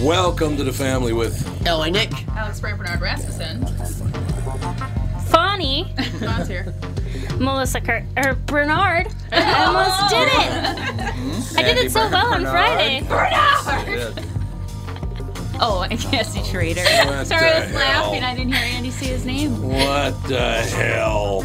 Welcome to the family with Ellie Nick. Alex Brand Bernard Rasmussen. Bonnie, Bon's here. Melissa Kurt, or Bernard. Oh. I almost did it. I did it so well on Friday. Oh, I guess you traitor. What Sorry, the I was laughing. hell? I didn't hear Andy say his name. What the hell?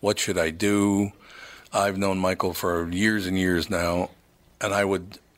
What should I do? I've known Michael for years and years now, and I would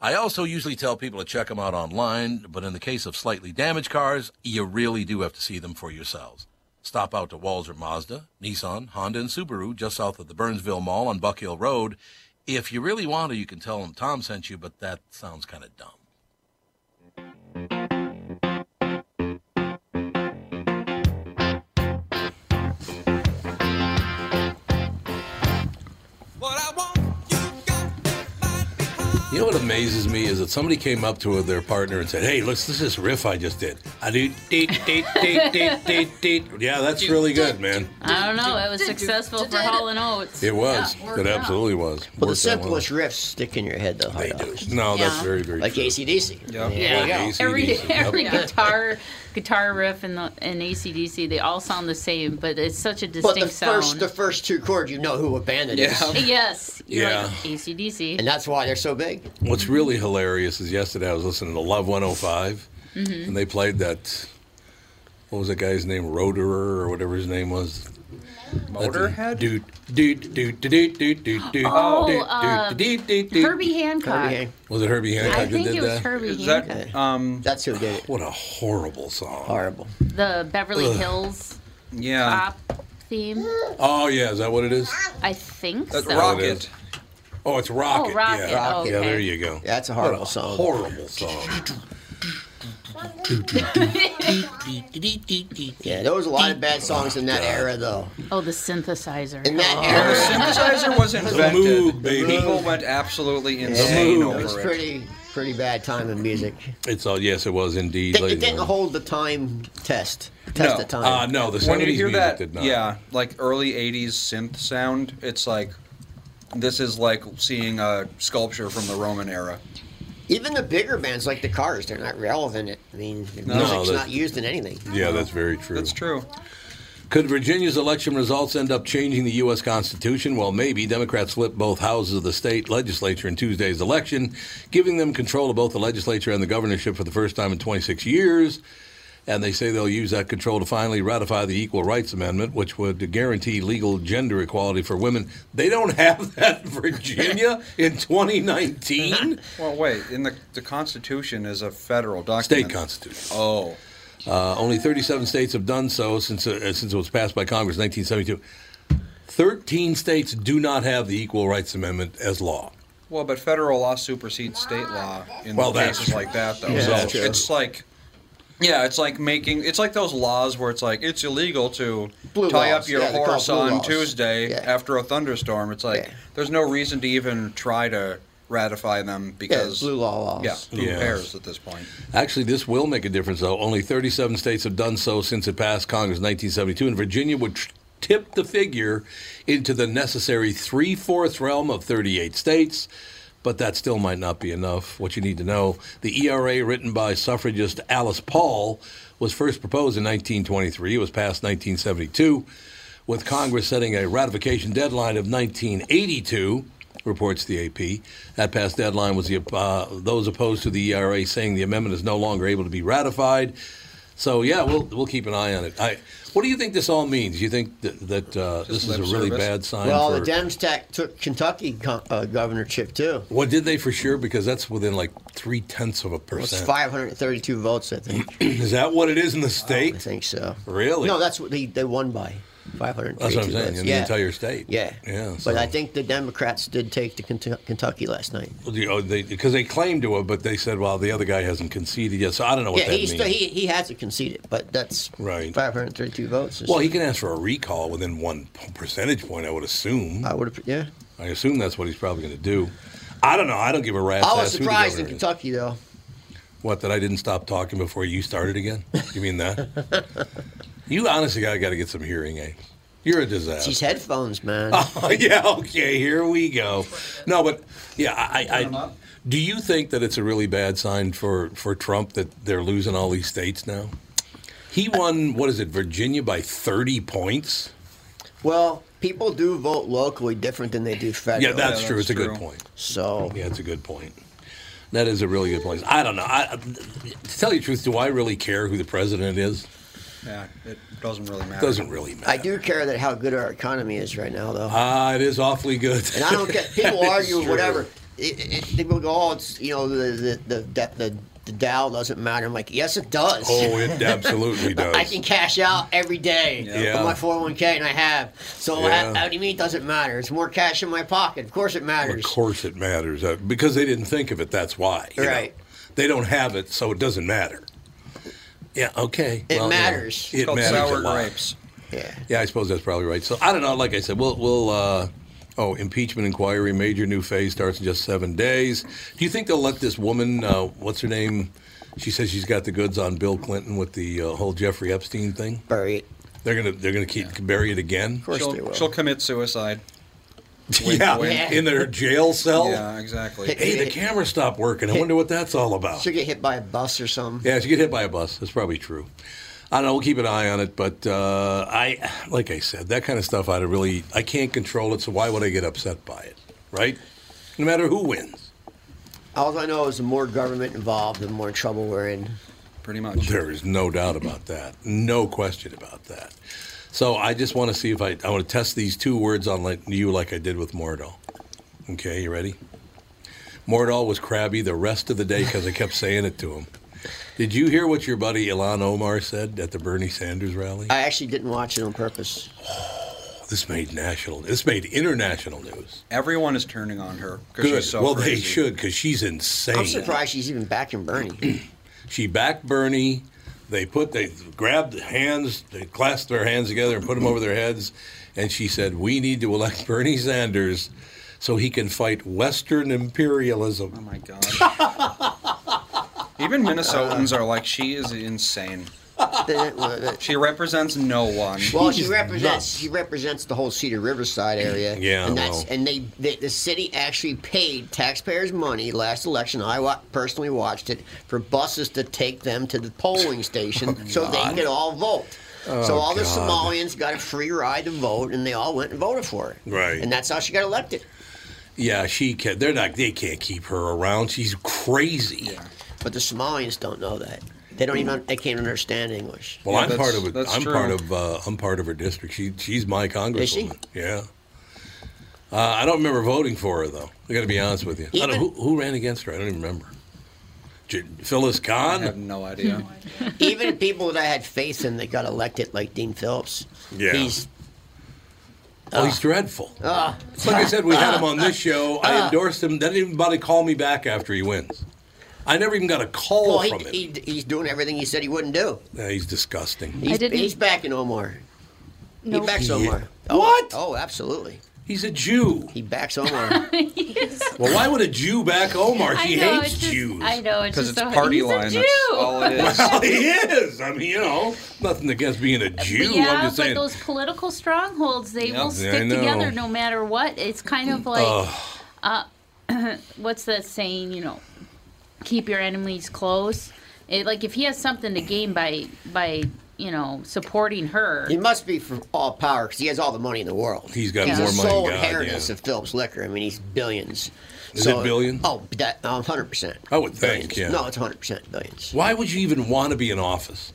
I also usually tell people to check them out online, but in the case of slightly damaged cars, you really do have to see them for yourselves. Stop out to Walzer Mazda, Nissan, Honda, and Subaru just south of the Burnsville Mall on Buck Hill Road. If you really want to, you can tell them Tom sent you, but that sounds kind of dumb. You know what amazes me is that somebody came up to their partner and said, "Hey, let's this is riff I just did. I do deet deet deet deet deet deet. Yeah, that's really good, man. I don't know. It was successful for Hall and Oates. It was. it absolutely was. Well, the Worked out well. simplest riffs stick in your head the They hardest. do. No, that's very very Like true. ACDC. Yeah. Yeah. Yeah, AC/DC, Every yep. every guitar guitar riff in the in ACDC, they all sound the same, but it's such a But distinct the first, sound. Uh, the first two chords, you know who a band it is. yes. You're Yeah. Like ACDC. And that's why they're so big. What's really hilarious is yesterday I was listening to Love 105, Mm-hmm. and they played that. What was that guy's name? Roderer or whatever his name was. Motorhead. Dude, dude, dude, dude, dude, dude, dude, dude, Oh, dude, uh, dude, dude, dude. Herbie Hancock. Kirby Hank- Was it Herbie Hancock I that think did it was that? Herbie Is Hancock. that um That's who did it. What a horrible song. Horrible. The Beverly Hills yeah Uh. pop theme. Oh yeah, is that what it is? I think that so. rock- rocket Oh, it's Rocket. Rocket, Yeah, okay. yeah there you go. That's a What horrible song. Horrible song. Yeah, there was a lot of Oh bad songs in that era, though. Oh, the Uh. synthesizer. In that The era, synthesizer was invented. Moog, baby. People went absolutely insane it was over it. pretty, pretty bad time in music. It's all yes, it was indeed. It, it ladies and didn't gentlemen. hold the time test. Test No. of time. Uh, no, the when you 70s hear music that, did not. yeah, like early '80s synth sound, it's like this is like seeing a sculpture from the Roman era. Even the bigger bands like the Cars, they're not relevant. I mean, the No, music's that's- not used in anything. yeah, that's very true. That's true. Could Virginia's election results end up changing the U.S. Constitution? Well, maybe. Democrats flipped both houses of the state legislature in Tuesday's election, giving them control of both the legislature and the governorship for the first time in 26 years. And they say they'll use that control to finally ratify the Equal Rights Amendment, which would guarantee legal gender equality for women. They don't have that in Virginia in 2019. Well, wait, in the the Constitution is a federal document. State constitution. Oh, Uh, only 37 states have done so since uh, since it was passed by Congress in 1972. 13 states do not have the Equal Rights Amendment as law. well, but federal law supersedes state law in Well, that's cases true. like that, though. Yeah, so that's true. it's like. Yeah, it's like making it's like those laws where it's like it's illegal to Blue tie laws. up your Yeah, they're horse called blue on laws. Tuesday Yeah. after a thunderstorm. It's like Yeah. there's no reason to even try to ratify them Yeah, because blue law laws. Yeah, who Yeah. cares at this point? Actually, this will make a difference, though. Only 37 states have done so since it passed Congress in 1972, and Virginia would tr- tip the figure into the necessary three fourths realm of 38 states. But that still might not be enough. What you need to know the ERA, written by suffragist Alice Paul, was first proposed in 1923. It was passed 1972, with Congress setting a ratification deadline of 1982 reports the AP. That past deadline was the, uh, those opposed to the ERA saying the amendment is no longer able to be ratified. So yeah, we'll we'll keep an eye on it. I, what do you think this all means? You think that, that uh, this is a lip really service. bad sign? Well, for, the Dems tech took Kentucky co- uh, governorship too. What did they for sure? Because that's within like three tenths of a It was percent. 532 votes, I think. Is that what it is in the state? I think so. Really? No, that's what they, they won by. 532 that's what I'm saying. votes. In yeah. the entire state. Yeah. Yeah. But I think the Democrats did take the Kentu- Kentucky last night. because oh, they, 'cause they claimed to have, but they said, well, the other guy hasn't conceded yet. So I don't know what yeah, that he, means. still, he he hasn't conceded, but that's Right. 532 votes. is- well, he can ask for a recall within one p- percentage point, I would assume. I would have. Yeah. I assume that's what he's probably going to do. I don't know. I don't give a rat's I was ass who the surprised in governor is. Kentucky though. What that I didn't stop talking before you started again? You mean that? you honestly, I got to get some hearing aids. You're a It's disaster. Oh, these headphones, man. yeah. Okay. Here we go. No, but yeah, I. I, Turn 'em I up. do you think that it's a really bad sign for for Trump that they're losing all these states now? He won. What is it? Virginia by 30 points. Well, people do vote locally different than they do federally. Yeah, that's true. It's that's a good true. point. so. Yeah, it's a good point. That is a really good point. I don't know. I, to tell you the truth, do I really care who the president is? Yeah, it doesn't really matter. Doesn't really matter. I do care that how good our economy is right now, though. Ah, it is awfully good. and I don't get people That is argue true. whatever. It, it, it- people go, oh, it's you know the the the, the, the Dow doesn't matter. I'm like, yes, it does. Oh, it absolutely does. I can cash out every day Yeah. on my 401k, and I have. So Yeah. how, how do you mean it doesn't matter? It's more cash in my pocket. Of course, it Of matters. course, it matters uh, because they didn't think of it. That's why. you know. Right. They don't have it, so it doesn't matter. Yeah. Okay. It you know, matters. It's it called matters sour a lot. grapes. Yeah. Yeah, I suppose that's probably right. So I don't know. Like I said, we'll we'll. Uh, oh, impeachment inquiry, major new phase starts in just seven days. Do you think they'll let this woman? Uh, what's her name? She says she's got the goods on Bill Clinton with the uh, whole Jeffrey Epstein thing. Bury it. They're gonna they're gonna keep bury it again. Of course they She'll, will. she'll commit suicide. yeah, wink. in their jail cell. Yeah, exactly. Hey. Hey, the camera stopped working. I wonder what that's all about. She'll get hit by a bus or something. Yeah, if you get hit by a bus, that's probably true. I don't know. We'll keep an eye on it, but uh, I, like I said, that kind of stuff. I really, I can't control it. So why would I get upset by it, right? No matter who wins, All I know is the more government involved, the more trouble we're in. Pretty much. there is no doubt about that. No question about that. So I just want to see if I, I want to test these two words on like, you, like I did with Mordal. Okay, you ready? Mordal was crabby the rest of the day because I kept saying it to him. Did you hear what your buddy Ilan Omar said at the Bernie Sanders rally? Oh, I actually didn't watch it on purpose. This made national. This made international news. Everyone is turning on her because Good. she's so well, they crazy. should because she's insane. I'm surprised she's even back in Bernie. She backed Bernie. They put they grabbed hands, they clasped their hands together and put them over their heads, and she said, "We need to elect Bernie Sanders, so he can fight Western Oh imperialism." my god. Even Minnesotans are like, she is insane. She represents no one. Well, He's she represents nuts. she represents the whole Cedar Riverside area. Yeah, and that's well. and they, they the city actually paid taxpayers money last election. I wa- personally watched it for buses to take them to the polling station so they could all vote. so all the Oh, God. Somalians got a free ride to vote, and they all went and voted for it. Right. and that's how she got elected. Yeah, she can. They're not. They can't keep her around. She's crazy. But the Somalians don't know that. They don't even they can't understand English. Well, Yeah, I'm part that's- of it. that's I'm true. part of. Uh, I'm part of her district. She she's my congresswoman. Is she? Yeah. Uh, I don't remember voting for her though. I got to be honest with you. I don't, Even- who, who ran against her? I don't even remember. J- Phyllis I have Kahn. no idea. even people that I had faith in that got elected, like Dean Phillips. Yeah. He's uh, Oh, he's dreadful. It's like I said, we had him on this show. uh, I endorsed him. Then anybody call me back after he wins. I never even got a call well, he, from him. he, he's doing everything he said he wouldn't do. Yeah, he's disgusting. He's, didn't- he's backing Omar. Nope. He backs Yeah. Omar. What? Oh, absolutely. He's a Jew. He backs Omar. Well, why would a Jew back Omar? I He know, hates it's just, Jews. I know, Oh, it's Because just it's so party he's a line. Jew. That's all it is. Well, he is. I mean, you know, nothing against being a Jew. I'm yeah, just but saying. those political strongholds, they Yeah. will Yeah, I stick know. together no matter what. It's kind of like, uh, what's that saying? You know, keep your enemies close. It, like if he has something to gain by by you know supporting her, he must be for all power because he has all the money in the world. He's got he's more the money than sole God, inheritance yeah. of Phillips Liquor. I mean, he's billions. Is it billion? Oh, that, um, 100%. I would think, Billions. yeah. No, it's 100% billions. Why would you even want to be in office?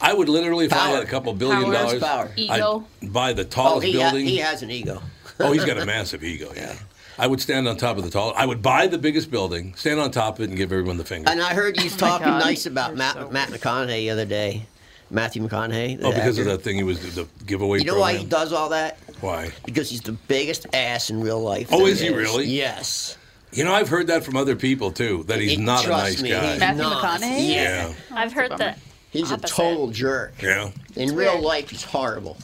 I would literally, if I Power. had a couple billion Power. dollars, It's power. Ego. I'd buy the Oh, tallest he, ha- building. he has an ego. oh, he's got a massive ego. Yeah. I would stand on top of the tall. I would buy the biggest building, stand on top of it, and give everyone the finger. And I heard he's talking God. nice about Matt, so- Matt McConaughey the other day. Matthew McConaughey. the oh, because of actor. that thing he was the giveaway. You know why program. he does all that? Why? Because he's the biggest ass in real life. Oh, there is he really? Yes. You know, I've heard that from other people too. That he's It- not a trust nice me, guy. he's Matthew Oh, not. McConaughey? yeah. I've heard that. He's Opposite. a total jerk. Yeah. In real weird. life, he's horrible.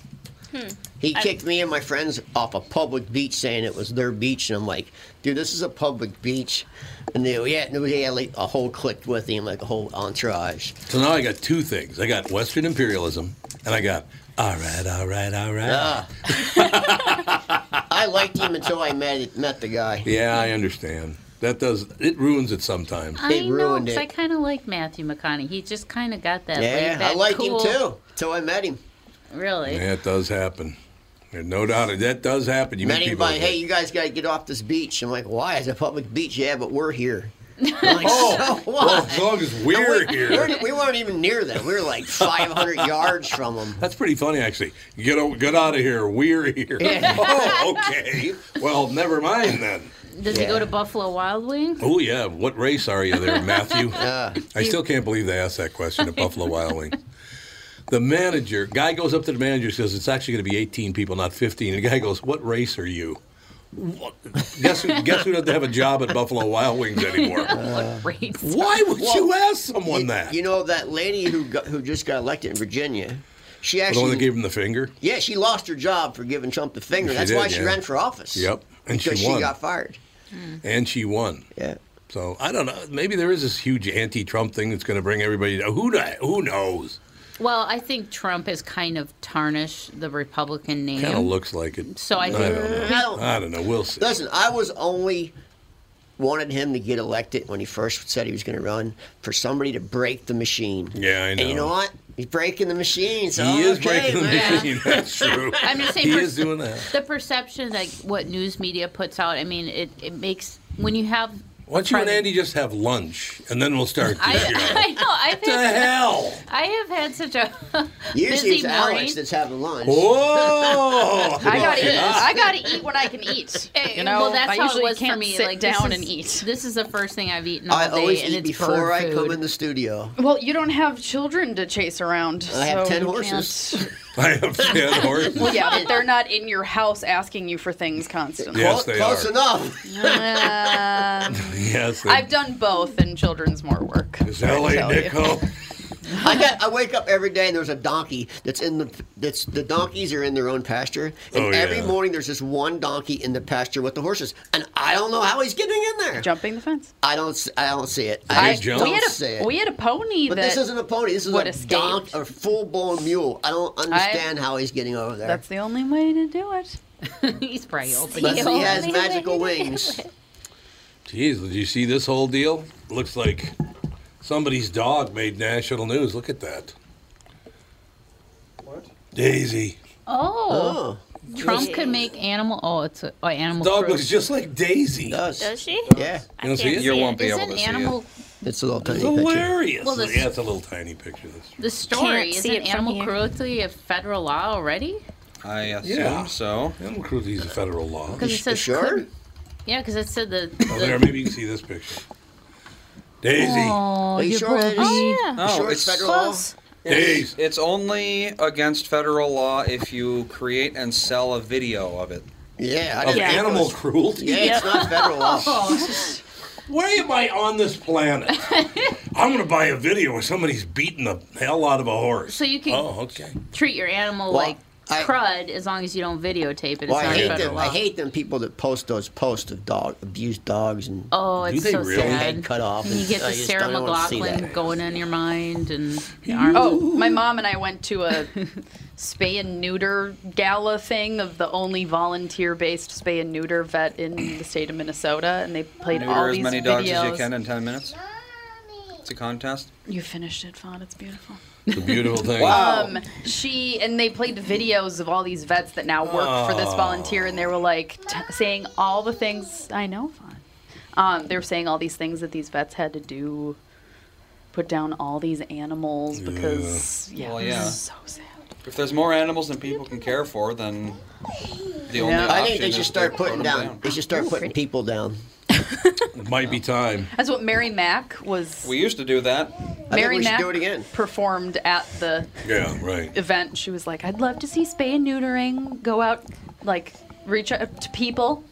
Hmm. He kicked me and my friends off a public beach saying it was their beach, and I'm like, dude, this is a public beach. And they, yeah, and we had like a whole clique with him, like a whole entourage. So now I got two things. I got Western imperialism, and I got all right, all right, all right. Ah. I liked him until I met met the guy. Yeah, I understand. That does it ruins it sometimes. I They know, ruined 'cause it. I kind of like Matthew McConaughey. He just kind of got that. Yeah, laid-back, I liked cool, him too until I met him. Really, Yeah, it does happen. There's no doubt it- that does happen. You meet Met him people. by, that- hey, you guys got to get off this beach. I'm like, why? It's a public beach. Yeah, but we're here. I'm like, Oh, so what? well, as long as we're here. We're- we weren't even near them. We were like 500 yards from them. That's pretty funny, actually. Get o- get out of here. We're here. oh, okay. Well, never mind then. does he Yeah. go to Buffalo Wild Wings? Oh yeah, what race are you there, Matthew? Uh, I still can't believe they asked that question at Buffalo Wild Wings. The manager guy goes up to the manager says it's actually going to be 18 people, not 15. And the guy goes, "What race are you?" What? Guess who? guess who doesn't have a job at Buffalo Wild Wings anymore? Great. Why would you Well, ask someone that? You know that lady who got, who just got elected in Virginia? She the one actually, that gave him the finger. yeah, she lost her job for giving Trump the finger. She That's did, why she yeah. ran for office. Yep, and she because she, won. got fired. and she won. Yeah. So I don't know. Maybe there is this huge anti-Trump thing that's going to bring everybody. down. Who kn- who knows? Well, I think Trump has kind of tarnished the Republican name. Kind of looks like it. So I I think- don't know. I don't- I don't know. We'll see. Listen, I was only wanted him to get elected when he first said he was going to run for somebody to break the machine. Yeah, I And you know. know what? He's breaking the machine. So He is okay, breaking man. the machine. That's true. I'm just saying he for- is doing that. the perception like what news media puts out. I mean, it, it makes when you have. Why don't you and Andy just have lunch and then we'll start. I, you know. I know. I've What the had, hell? I have had such a Usually busy it's morning. Alex that's having lunch. Whoa! I gotta eat. I gotta eat what I can eat. Eh, You know, well, that's I how usually it was can't for me. sit like this down is- and eat. This is the first thing I've eaten all I day, always and eat it's before bird I come food. in the studio. Well, you don't have children to chase around. I have so 10 you horses. can't- I have Van Horton. Well, yeah, but they're not in your house asking you for things constantly. Yes, they Close are. enough. Um, Yes, they- I've done both, and children's more work. is L.A. tell you. Nickel. I got. I wake up every day and there's a donkey that's in the. That's the donkeys are in their own pasture, and Oh, every yeah. morning there's this one donkey in the pasture with the horses, and I don't know how he's getting in there. Jumping the fence. I don't. s- I don't see it. He I I- jumps. we, had don't see a, it. we had a pony but that. this isn't a pony. This is would a escape. donk, a full-blown mule. I don't understand how he's getting over there. that's the only way to do it. He's probably open. but he deal. has magical wings. Jeez, did you see this whole deal? Looks like somebody's dog made national news. Look at that. What? Daisy. Oh, Oh, Trump could make animal. Oh, it's a, oh, animal. Dog cruelty. looks just like Daisy. does. Does she? Yeah, You don't see it? You won't be Isn't able to see animal it. it's a little tiny It's picture. hilarious. Well, this- yeah, it's a little tiny picture. That's true. the story Can't isn't see it from animal here. cruelty a federal law already? I assume Yeah. so. Animal cruelty is a federal law. Because You it says sure? could- yeah, because it said the. Oh, the there, maybe you can see this picture. Daisy. oh, Are you your sure it is? puppy. No, sure it's federal law? Daisy. It's only against federal law if you create and sell a video of it. Yeah, I Of didn't think it animal was- cruelty? Yeah, it's not federal law. Oh. Why am I on this planet? I'm going to buy a video where somebody's beating the hell out of a horse. So you can- Oh, okay. Treat your animal Well, like I- crud as long as you don't videotape it. It's Well, I not hate federal them. I law. hate them people that post those posts of dog abused dogs and Oh, Do it's they so really? sad. head cut off. You and get I the just Sarah don't wanna see McLaughlin that. going in your mind and the arms. Oh, my mom and I went to a spay and neuter gala thing of the only volunteer-based spay and neuter vet in the state of Minnesota, and they played all Neuter as these many videos. dogs as you can in 10 minutes. It's a contest. You finished it, Fawn. It's beautiful. It's a beautiful thing. Um, she and they played videos of all these vets that now work for this volunteer, and they were like t- saying all the things I know. Fawn. Um, they were saying all these things that these vets had to do, put down all these animals because yeah, Well, it was yeah. so sad. If there's more animals than people can care for, then the only Yeah. option I think they is should to start put putting them down. They should start putting people down. It might be time. That's what Mary Mack was. We used to do that. I think Mary we should Mack do it again. performed at the Yeah, right. event. She was like, "I'd love to see spay and neutering. Go out, like reach out to people."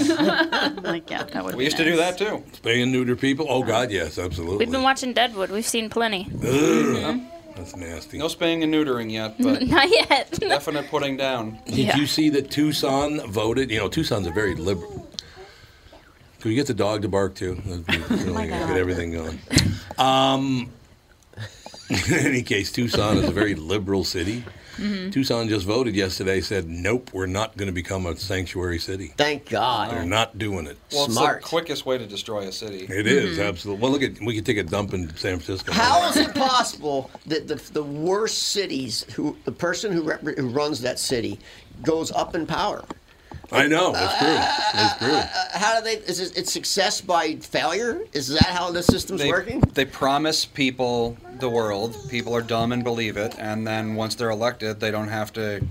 I'm like, yeah, that would. We used to do that too. Spay and neuter people? Oh, God, yes, absolutely. We've been watching Deadwood. We've seen plenty. Mm-hmm. That's nasty. No spaying and neutering yet, but Not yet. definite putting down. Did you see that Tucson voted? You know, Tucson's a very liberal. Can we get the dog to bark too? That'd be- really Get everything going. Um, in any case, Tucson is a very liberal city. Tucson just voted yesterday, said, nope, we're not going to become a sanctuary city. Thank They're God. not doing it. Well, Smart. Mm-hmm. it's the quickest way to destroy a city. It is, absolutely. Well, look at, we could take a dump in San Francisco. How is it possible that the, the worst cities, who the person who, repre- who runs that city, goes up in power? I know, it's true. It's true. Uh, How do they? Is it, it's success by failure? Is that how the system's They, working? they promise people the world. People are dumb and believe it, and then once they're elected, they don't have to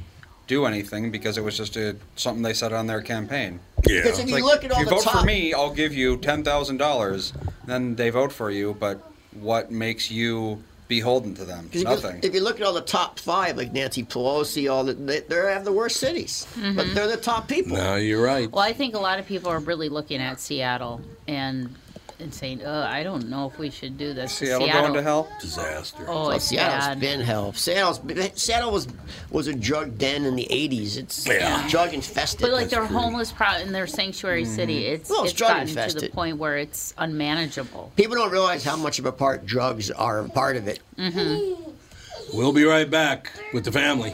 do anything because it was just a, something they said on their campaign. Yeah. Because if It's like, you look at if all you the vote top, for me, I'll give you ten thousand dollars. Then they vote for you, but what makes you beholden to them? 'Cause If Nothing. you, if you look at all the top five, like Nancy Pelosi, all the, they, they have the worst cities, Mm-hmm. but they're the top people. No, you're right. Well, I think a lot of people are really looking at Seattle and and saying, "Oh, I don't know if we should do this." Seattle, going to hell? Disaster. Oh, Well, it's Seattle's bad. been hell. Seattle's been, Seattle was was a drug den in the '80s. It's Yeah. drug infested. But like their homeless pro in their sanctuary Mm-hmm. city, it's Well, it's it's, gotten to the drug-infested. point where it's unmanageable. People don't realize how much of a part drugs are a part of it. Mm-hmm. We'll be right back with the family.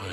I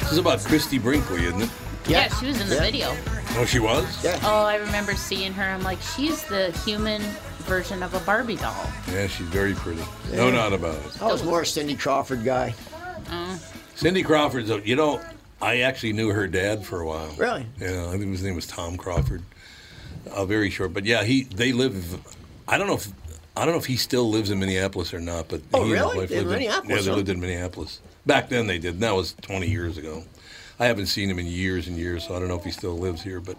This is about Christy Brinkley, isn't it? Yeah, she was in the video. Oh, she was? Oh, I remember seeing her. I'm like, she's the human version of a Barbie doll. Yeah, she's very pretty. No doubt about it. I was more a Cindy Crawford guy. Oh. Cindy Crawford's, a- you know, I actually knew her dad for a while. Really? Yeah, I think his name was Tom Crawford. Uh, very short, but yeah, he they live. I don't know if I don't know if he still lives in Minneapolis or not, but Oh, he and his really? wife In lived Minneapolis, Yeah, they huh? lived in Minneapolis back then. They did. And that was 20 years ago. I haven't seen him in years and years, so I don't know if he still lives here, but.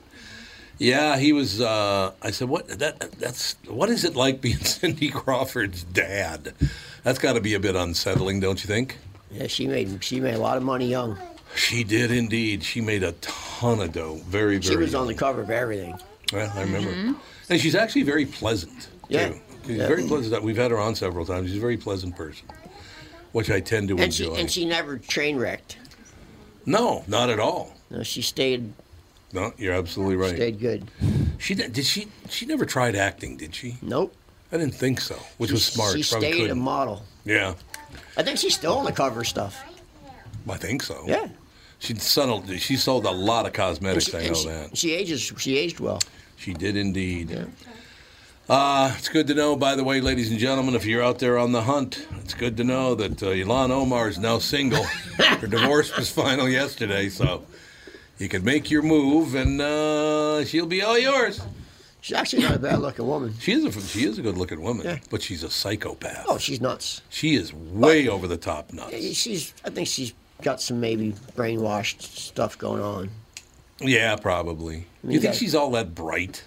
Yeah, he was. Uh, I said, "What? That? That's what is it like being Cindy Crawford's dad? That's got to be a bit unsettling, don't you think?" Yeah, she made she made a lot of money young. She did indeed. She made a ton of dough. Very, very. She was young. on the cover of everything. Yeah, I remember. Mm-hmm. Mhm. And she's actually very pleasant, Yeah. too. She's Yeah. very pleasant. We've had her on several times. She's a very pleasant person, which I tend to And she enjoy. and she never train wrecked. no, not at all. No, she stayed. No, you're absolutely right. Stayed good. She did did she? She never tried acting, did she? Nope. I didn't think so, which was smart. She Probably stayed a couldn't. model. Yeah, I think she's still on the cover stuff. I think so. Yeah. She sold. She sold a lot of And cosmetics. she, I and know she- that. she ages. She aged well. She did indeed. Uh, it's good to know, by the way, ladies and gentlemen, if you're out there on the hunt, it's good to know that uh, Ilan Omar is now single. Her divorce was final yesterday, so you can make your move, and uh, she'll be all yours. She's actually not a bad looking woman. She is a she is a good looking woman, Yeah. but she's a psychopath. Oh, she's nuts. She is way over the top nuts. Yeah, She's. I think she's got some maybe brainwashed stuff going on. Yeah, probably. mean, You think that- she's all that bright?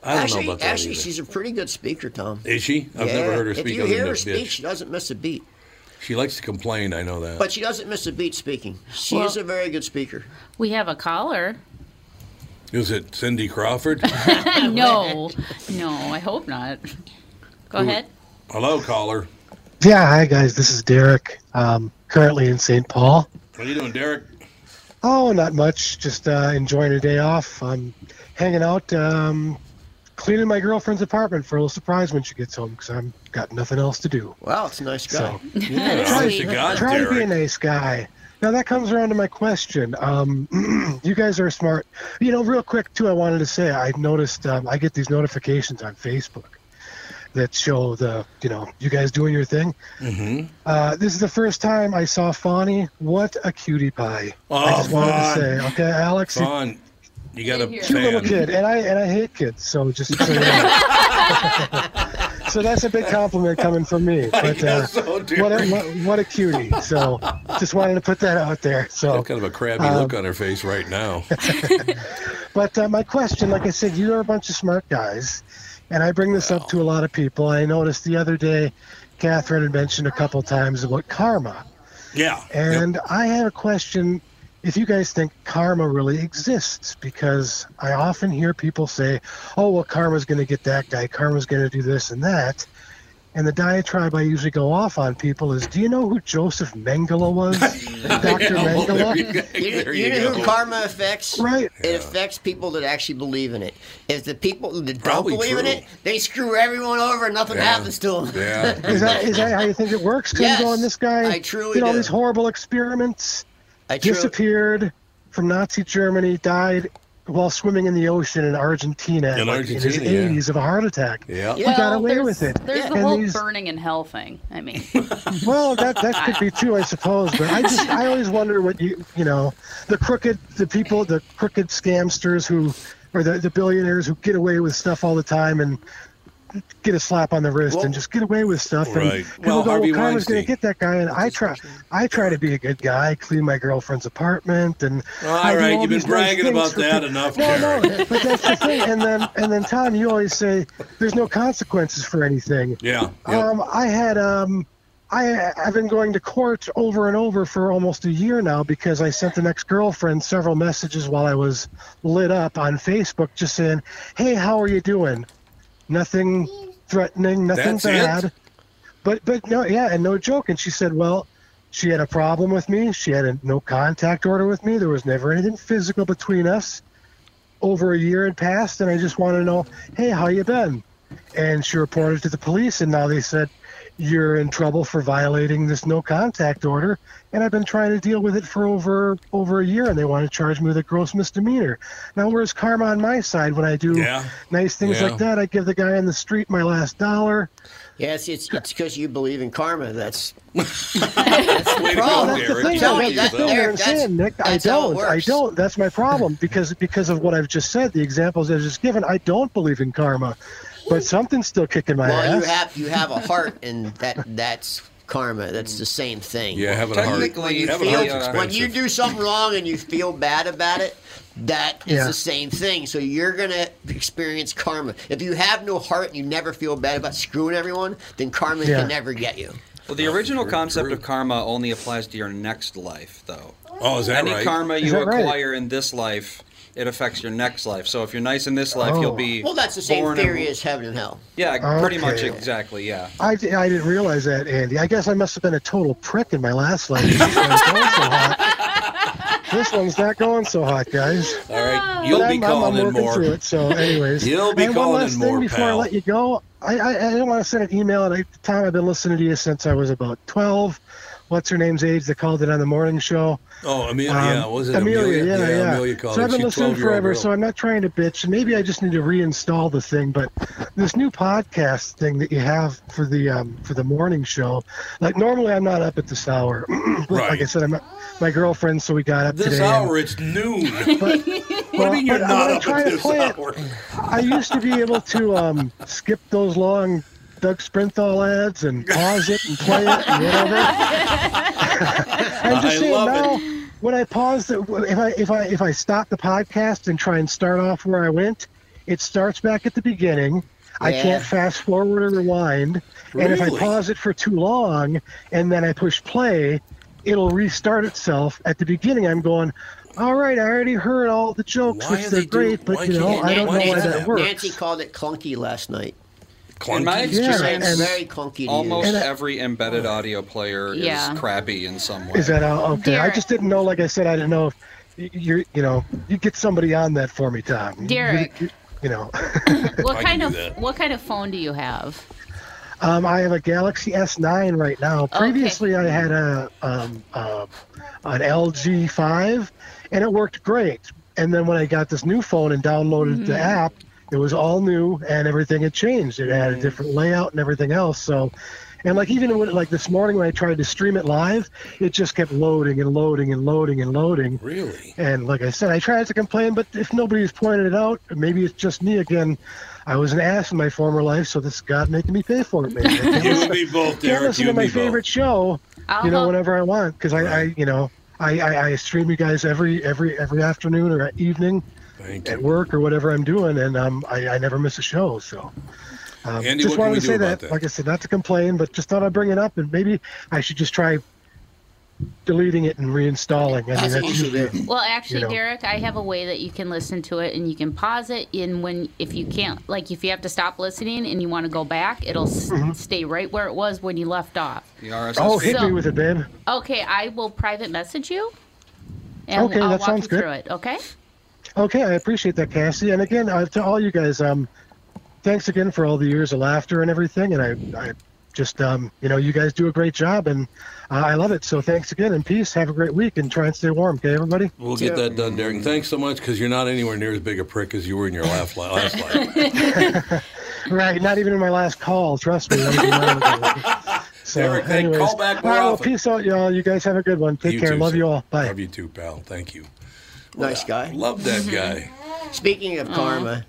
I don't actually, know about that Actually, either. she's a pretty good speaker, Tom. Is she? I've never Yeah, heard her speak If you other hear than her a speak, bitch. she doesn't miss a beat. She likes to complain. I know that. But she doesn't miss a beat speaking. She Well- is a very good speaker. We have a caller. Is it Cindy Crawford? no, no, I hope not. Go Who- ahead. Hello, caller. Yeah, hi guys. This is Derek. Um, currently in St. Paul. How you doing, Derek? Oh, not much. Just uh, enjoying a day off. I'm hanging out, um, cleaning my girlfriend's apartment for a little surprise when she gets home because I've got nothing else to do. Wow, it's a nice guy. Yeah, honest to God, try to be a Derek. nice guy. Now that comes around to my question. Um, you guys are smart. You know, real quick too, I wanted to say I noticed um, I get these notifications on Facebook that show the you know you guys doing your thing. Mm-hmm. Uh, this is the first time I saw Fawny. What a cutie pie! I Oh, just wanted Fawn. to say, okay, Alex, you Fawn, you got a cute little fan. kid, and I and I hate kids, so just so, you know. So that's a big compliment coming from me. But uh, guess so, dude. what, a, what what a cutie! So just wanted to put that out there. So, Got kind of a crabby um, look on her face right now. but uh, my question, like I said, you are a bunch of smart guys, and I bring this up to a lot of people. I noticed the other day, Catherine had mentioned a couple times about karma. Yeah. And I have a question if you guys think karma really exists, because I often hear people say, oh, well, karma's going to get that guy, karma's going to do this and that. And the diatribe I usually go off on people is, do you know who Joseph Mengele was? Dr. Mengele? You, there you you know Oh, go. who karma affects? Right. It affects people that actually believe in it. If the people that don't Probably believe in true. it, they screw everyone over and nothing Yeah. happens to them. is that is that how you think it works? Because Yes, going, this guy I truly did all do. these horrible experiments, I truly- disappeared from Nazi Germany, died while swimming in the ocean in Argentina, In like, in his Argentina, yeah. 80s of a heart attack. Yeah. he Well, got away there's- with it. There's the And whole these- burning in hell thing. I mean, well, that that could be true, I suppose. But I just I always wonder what you you know the crooked the people the crooked scamsters who or the, the billionaires who get away with stuff all the time and get a slap on the wrist and just get away with stuff. Right. And people Well, go, Harvey well, karma's going Weinstein. to get that guy. And I try I try to be a good guy, clean my girlfriend's apartment, and All I do right, you've been these nice bragging things about for that peop- enough, No, no, Karen. but that's the thing. And then and then Tom, you always say there's no consequences for anything. Yeah. Um, I had um, I I've been going to court over and over for almost a year now because I sent an ex-girlfriend several messages while I was lit up on Facebook, just saying, "Hey, how are you doing? Nothing threatening, nothing That's it? bad." But but no, yeah, and no joke. And she said, "Well." She had a problem with me. She had a no contact order with me. There was never anything physical between us over a year had passed and I just want to know, hey, how you been? And she reported to the police and now they said you're in trouble for violating this no contact order and I've been trying to deal with it for over over a year and they want to charge me with a gross misdemeanor. Now where's karma on my side when I do Yeah. nice things Yeah. like that? I give the guy on the street my last dollar. Yes, it's it's because you believe in karma. That's Way that's the thing. Tell I me mean, that's that- the thing there- I'm saying, Nick. I that's how it don't. I works. don't. That's my problem because because of what I've just said, the examples I've just given. I don't believe in karma, but something's still kicking my Well, ass. you have you have a heart, and that that's karma. That's the same thing. Yeah, having a heart- When you, having a heart's feel, when expensive. you do something wrong and you feel bad about it, that is Yeah. the same thing. So you're gonna experience karma. If you have no heart and you never feel bad about screwing everyone, then karma Yeah. can never get you. Well, the original concept of karma only applies to your next life, though. Oh, is that Any right? karma Is you that right? acquire in this life, it affects your next life. So if you're nice in this life, you'll be Well, that's the same born theory and- as heaven and hell. Yeah, pretty much Okay. exactly. Yeah. I, di- I didn't realize that, Andy. I guess I must have been a total prick in my last life. This one's going so hot. This one's not going so hot, guys. All right, you'll But be I'm, I'm- calling I'm in working more. through it, so, anyways, you'll be and one calling last in thing more, before I pal. let you go. I I, I didn't want to send an email. And I, Tom, I've been listening to you since I was about twelve. What's her name's age? They called it on the morning show. Oh, Amelia, Um, yeah, was it Amelia? Yeah, yeah. Amelia called so it. I've been She's listening 12-year-old forever, girl. so I'm not trying to bitch. Maybe I just need to reinstall the thing. But this new podcast thing that you have for the um, for the morning show, like normally I'm not up at this hour. But Like I said, I'm not, my girlfriend, so we got up This today. um, and- hour, it's noon. what do you well, mean you're but I'm not gonna up try at to this play it. hour? I used to be able to um, skip those long Doug Sprinthal ads and pause it and play it and whatever. I'm just I saying love now, it. when I pause the, if I if I if I stop the podcast and try and start off where I went, it starts back at the beginning. I Yeah. can't fast forward or rewind. And if I Really? pause it for too long and then I push play, it'll restart itself at the beginning. I'm going, all right, I already heard all the jokes, Why which are they're they doing- great, why but you know, can't- I don't know Nancy- why that works. Nancy called it clunky last night. In my experience, It's very clunky. to use. almost every embedded audio player Yeah. is crappy in some way. Is that how? Okay, I just didn't know. Like I said, I didn't know if y- you're, you know, you get somebody on that for me, Tom. You- you- Derek. you, know, What I can kind do of that. what kind of phone do you have? um, I have a Galaxy S9 right now. Previously, I had a um, uh, an LG 5, and it worked great. And then when I got this new phone and downloaded the Mhm. app, it was all new and everything had changed. It had a different layout and everything else. So, and like even when, like this morning when I tried to stream it live, it just kept loading and loading and loading and loading. Really? And like I said, I tried to complain, but if nobody's pointed it out, maybe it's just me again. I was an ass in my former life, so this is God making me pay for it. Maybe. I can't You listen- and me both, can't Derek. listen You to and my me both. favorite show, I'll you know, help- whenever I want, because I, I, you know, I, I, I stream you guys every every every afternoon or evening at work or whatever I'm doing, and um, I, I never miss a show. So, um, Andy, just what can wanted we to do say about that, that? Like I said, not to complain, but just thought I'd bring it up, and maybe I should just try deleting it and reinstalling. I mean, That's that's easy usually Well, actually, you know. Derek, I have a way that you can listen to it, and you can pause it. And when, if you can't, like, if you have to stop listening and you want to go back, it'll s- Mhm. stay right where it was when you left off. The RSS. Oh, hit me So- with it, man. Okay, I will private message you, and Okay, I'll that walk sounds you good. through it. Okay. Okay, I appreciate that, Cassie. And again, uh, to all you guys, um, thanks again for all the years of laughter and everything. And I, I just, um, you know, you guys do a great job, and uh, I love it. So thanks again, and peace. Have a great week, and try and stay warm, okay, everybody? We'll get that done, Derek. And thanks so much because you're not anywhere near as big a prick as you were in your last li- last life. Right, not even in my last call. Trust me. that was a while ago. so, Derek, hey, anyways, call back more all right, well, often. peace out, y'all. You guys have a good one. Take You care. too, love sir. you all. Bye. Love you too, pal. Thank you. Nice guy. Love that guy. Speaking of Aw. karma,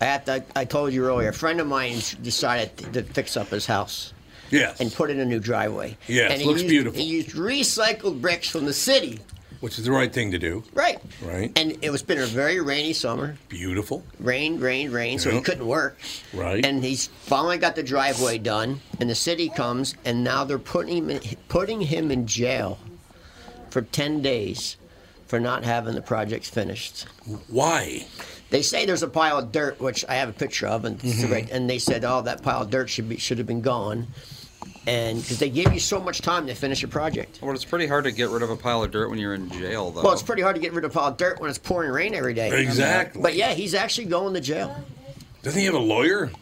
I have to, I told you earlier, a friend of mine decided to fix up his house. Yes. And put in a new driveway. Yes, and he looks used- beautiful. He used recycled bricks from the city. Which is the right thing to do. Right. Right. And it was been a very rainy summer. Beautiful. Rain, rain, rain. So he Yeah. couldn't work. Right. And he's finally got the driveway done, and the city comes, and now they're putting him in, putting him in jail for ten days for not having the projects finished. Why? They say there's a pile of dirt, which I have a picture of, and it's Mhm. right- and they said, oh, that pile of dirt should be should have been gone, and because they give you so much time to finish a project. Well, it's pretty hard to get rid of a pile of dirt when you're in jail, though. Well, it's pretty hard to get rid of pile of dirt when it's pouring rain every day. Exactly. But yeah, he's actually going to jail. Doesn't he have a lawyer?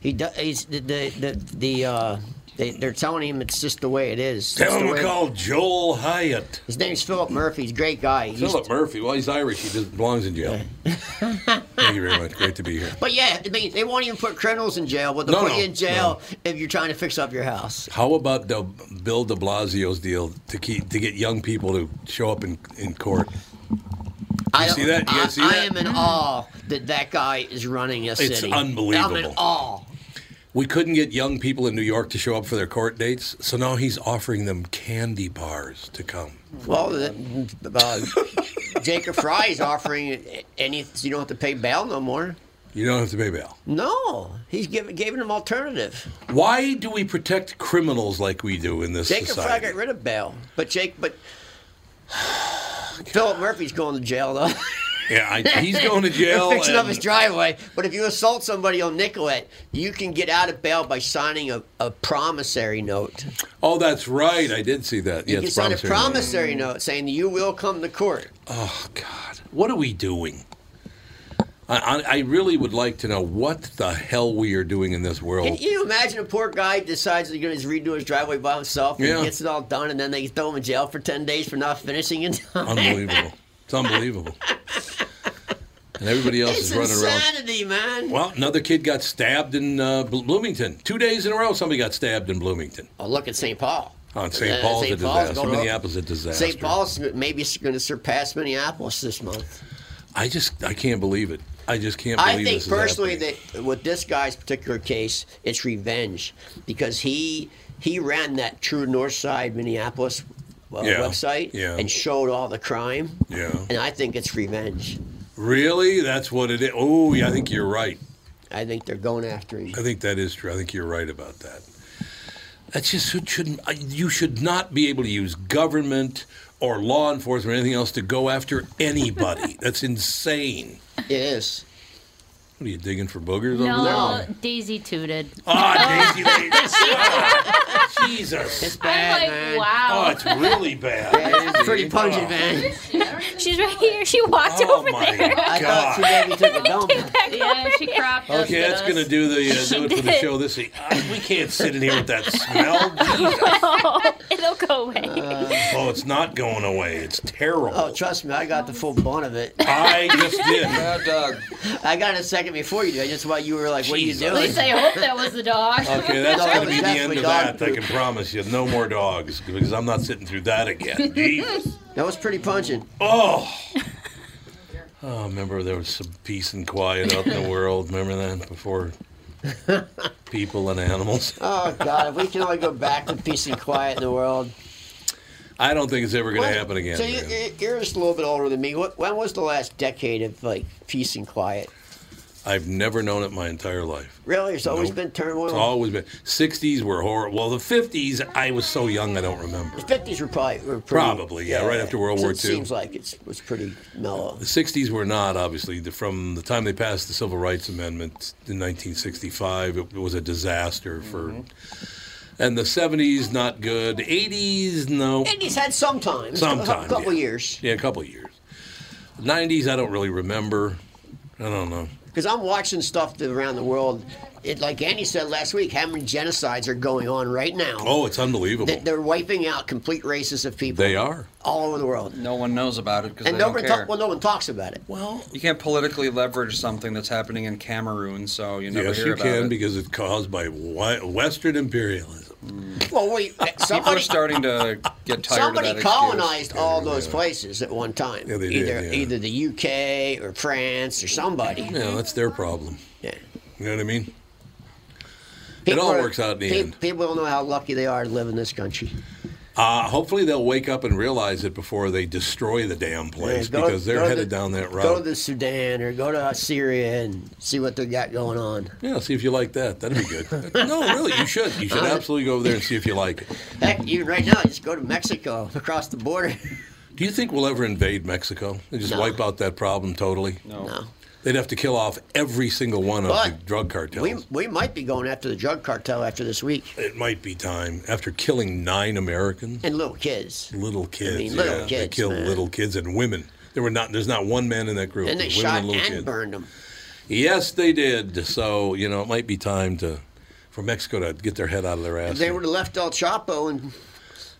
He does. He's the the the. the uh, they, they're telling him it's just the way it is. It's Tell the him way- to call Joel Hyatt. His name's Philip Murphy. He's a great guy. He's- Philip Murphy. Well, he's Irish. He just belongs in jail. Thank you very much. Great to be here. But yeah, I mean, they won't even put criminals in jail, but they'll No, put no, you in jail if you're trying to fix up your house. How about the Bill De Blasio's deal to keep to get young people to show up in, in court? I You see that? You guys I, see I that? am in awe that that guy is running a It's city. I'm in unbelievable. awe. We couldn't get young people in New York to show up for their court dates, so now he's offering them candy bars to come. Well, the- uh, Jacob Fry is offering any. You don't have to pay bail no more. You don't have to pay bail. No, he's giving giving them alternative. Why do we protect criminals like we do in this Jacob Fry society? got rid of bail, but Jake, but Philip Murphy's going to jail though. Yeah, I, he's going to jail. They're fixing up and- his driveway. But if you assault somebody on Nicolette, you can get out of bail by signing a, a promissory note. oh, that's right. I did see that. You yeah, can it's sign a note. promissory note saying that you will come to court. Oh God, what are we doing? I, I, I really would like to know what the hell we are doing in this Can world. you imagine a poor guy decides he's going to redo his driveway by himself and Yeah. he gets it all done, and then they throw him in jail for 10 days for not finishing in time? Unbelievable. It's unbelievable. And everybody else It's is running around. insanity, man. Well, another kid got stabbed in uh, Bl- Bloomington. Two days in a row, somebody got stabbed in Bloomington. Oh, look at St. Paul. On Uh, St. Paul's a St. Paul's disaster. going up. Minneapolis a disaster. St. Paul's maybe going to surpass Minneapolis this month. I just I can't believe it. I just can't believe I think this is personally that with this guy's particular case, it's revenge because he he ran that True North Side Minneapolis uh, Yeah. website Yeah. and showed all the crime. happening. Yeah. And I think it's revenge. Really? That's what it is. Oh, yeah, I think you're right. I think they're going after you. I think that is true. I think you're right about that. That's just it shouldn't. I- You should not be able to use government or law enforcement or anything else to go after anybody. That's insane. It is. What are you digging for boogers over there? No, Daisy tooted. Ah, Daisy Lady. Jesus. It's I'm like, wow. Oh, it's really bad. it's pretty pungent, man. She's right here. She walked Oh, over my there. I thought she God. maybe took a dump. Yeah, she cropped us. Okay, that's gonna do the uh, do it for the show. This week. Ah, we can't sit in here with that smell. It'll go away. Oh, it's not going away. It's terrible. Oh, trust me, I got the full bone of it. I just did. I got it a second before you did. That's why you were like, "What At are you doing?" least I hope that was the dog. Okay, that's going to be the end definitely of dog that. I can promise you, no more dogs because I'm not sitting through that again. Jesus. That was pretty pungent. Oh. Oh, remember there was some peace and quiet out in the world. Remember that before people and animals. Oh God! If we can only go back to peace and quiet in the world. I don't think it's ever going to happen again. so you, man. you- you're just a little bit older than me. What, when was the last decade of like peace and quiet? I've never known it my entire life. Really? It's always Nope. been turmoil? It's always been. 60s were horrible. Well, the 50s, I was so young, I don't remember. The 50s were probably. Were pretty, Probably, yeah, right after World So War it II. seems like it was pretty mellow. The 60s were not, obviously. The- From the time they passed the Civil Rights Amendment in 1965, it was a disaster for. Mm-hmm. And the 70s, not good. 80s, no. Indies had sometimes. Sometime, A couple yeah. years. Yeah, a couple years. 90s, I don't really remember. I don't know. Because I'm watching stuff that around the world. It, like Andy said last week, how many genocides are going on right now? Oh, it's unbelievable. That they're wiping out complete races of people. They are. all over the world. No one knows about it because And they no don't one, care. talk, well, no one talks about it. Well, you can't politically leverage something that's happening in Cameroon, so you never yes, hear you about can it. because it's caused by wi- Western imperialism. well, wait. People are Somebody, starting to get tired of somebody that colonized all those places at one time. they did, either yeah. either the UK or France or somebody. Yeah, that's their problem. Yeah. You know what I mean? it all are- works out in the pe- end. People don't know how lucky they are to live in this country. Uh, hopefully they'll wake up and realize it before they destroy the damn place Yeah, go- because they're go headed to- down that Go to route. the Sudan or go to Syria and see what they got going on. yeah, see if you like that. That'd be good. no, really, you should. You should absolutely go over there and see if you like it. Uh, Heck, you right now just go to Mexico across the border. Do you think we'll ever invade Mexico and just No. wipe out that problem totally? No. No. They'd have to kill off every single one of the But drug cartels. We we might be going after the drug cartel after this week it might be time after killing nine Americans. and little kids. Little kids. mean, little yeah. They kids, killed man. little kids and women. There were not. There's not one man in that group. And they It was women shot and, little and kids. burned them. Yes, they did. So you know, it might be time to for Mexico to get their head out of their If ass. they would have left El Chapo and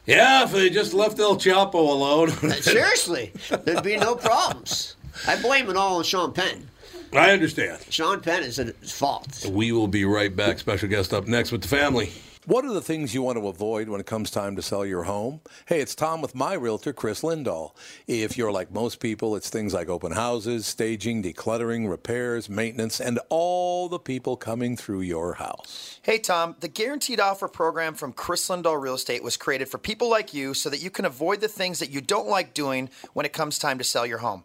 yeah, if they just left El Chapo alone. Uh, seriously, there'd be no problems. I blame it all on Sean Penn. I understand. Sean Penn is at his fault. We will be right back. Special guest up next with the family. What are the things you want to avoid when it comes time to sell your home? Hey, it's Tom with my realtor, Chris Lindahl. If you're like most people, it's things like open houses, staging, decluttering, repairs, maintenance, and all the people coming through your house. Hey, Tom, the Guaranteed Offer program from Chris Lindahl Real Estate was created for people like you so that you can avoid the things that you don't like doing when it comes time to sell your home.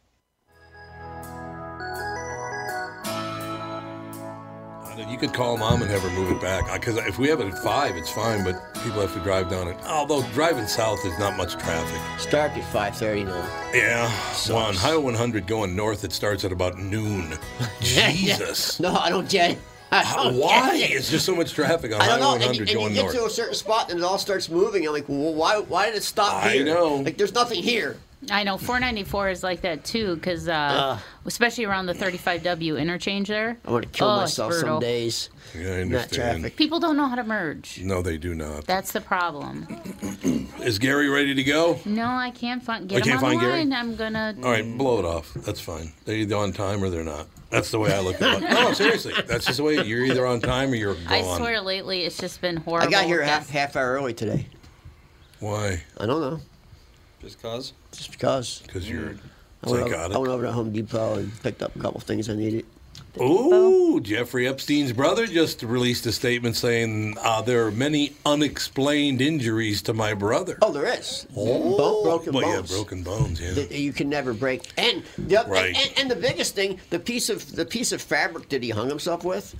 You could call mom and have her move it back. Because if we have it at 5, it's fine, but people have to drive down it. Although driving south is not much traffic. Start at 5:30 now. Yeah. So on Highway 100 going north, it starts at about noon. Jesus. No, I don't get it. I How- don't why get it. is there so much traffic on Oh, I Highway don't know. 100 And, and you going get to a north? certain spot and it all starts moving. I'm like, well, why? Why did it stop I here? know. Like, there's nothing here. I know 494 is like that too, because uh, Ugh. especially around the 35W interchange there. I want to kill Oh, it's myself some brutal. days. Yeah, I in that understand. traffic. People don't know how to merge. No, they do not. That's the problem. Is Gary ready to go? No, I can't find. We Get Oh, can't him on find the Gary? line. I'm gonna. All right, blow it off. That's fine. They're either on time or they're not. That's the way I look at it. No, seriously. That's just the way you're either on time or you're gone. I swear, lately it's just been horrible. I got here with half half hour early today. Why? I don't know. Just cause? Mm. Just because. Because you're I went, over, psychotic. I went over to Home Depot and picked up a couple things I needed. Ooh, Jeffrey Epstein's brother just released a statement saying uh, there are many unexplained injuries to my brother. Oh, there is. Oh. Bo- broken Well, yeah, bones. broken bones, yeah. That you can never break. And the, Right. and, and the biggest thing, the piece of the piece of fabric that he hung himself with,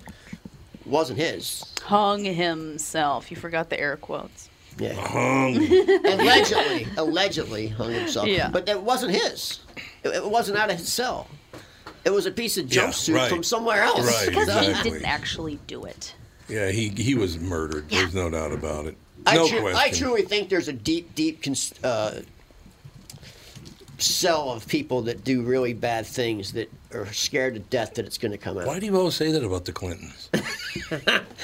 wasn't his. Hung himself. You forgot the air quotes. Yeah. Hung. allegedly, allegedly hung himself. Yeah. But it wasn't his. It, it wasn't out of his cell. It was a piece of Yeah, jumpsuit right. from somewhere else. Right, Because he exactly. didn't actually do it. Yeah, he he was murdered. There's no doubt about it. I, No tru- question. I truly think there's a deep, deep cons- uh, cell of people that do really bad things that are scared to death that it's going to come out. Why do you always say that about the Clintons?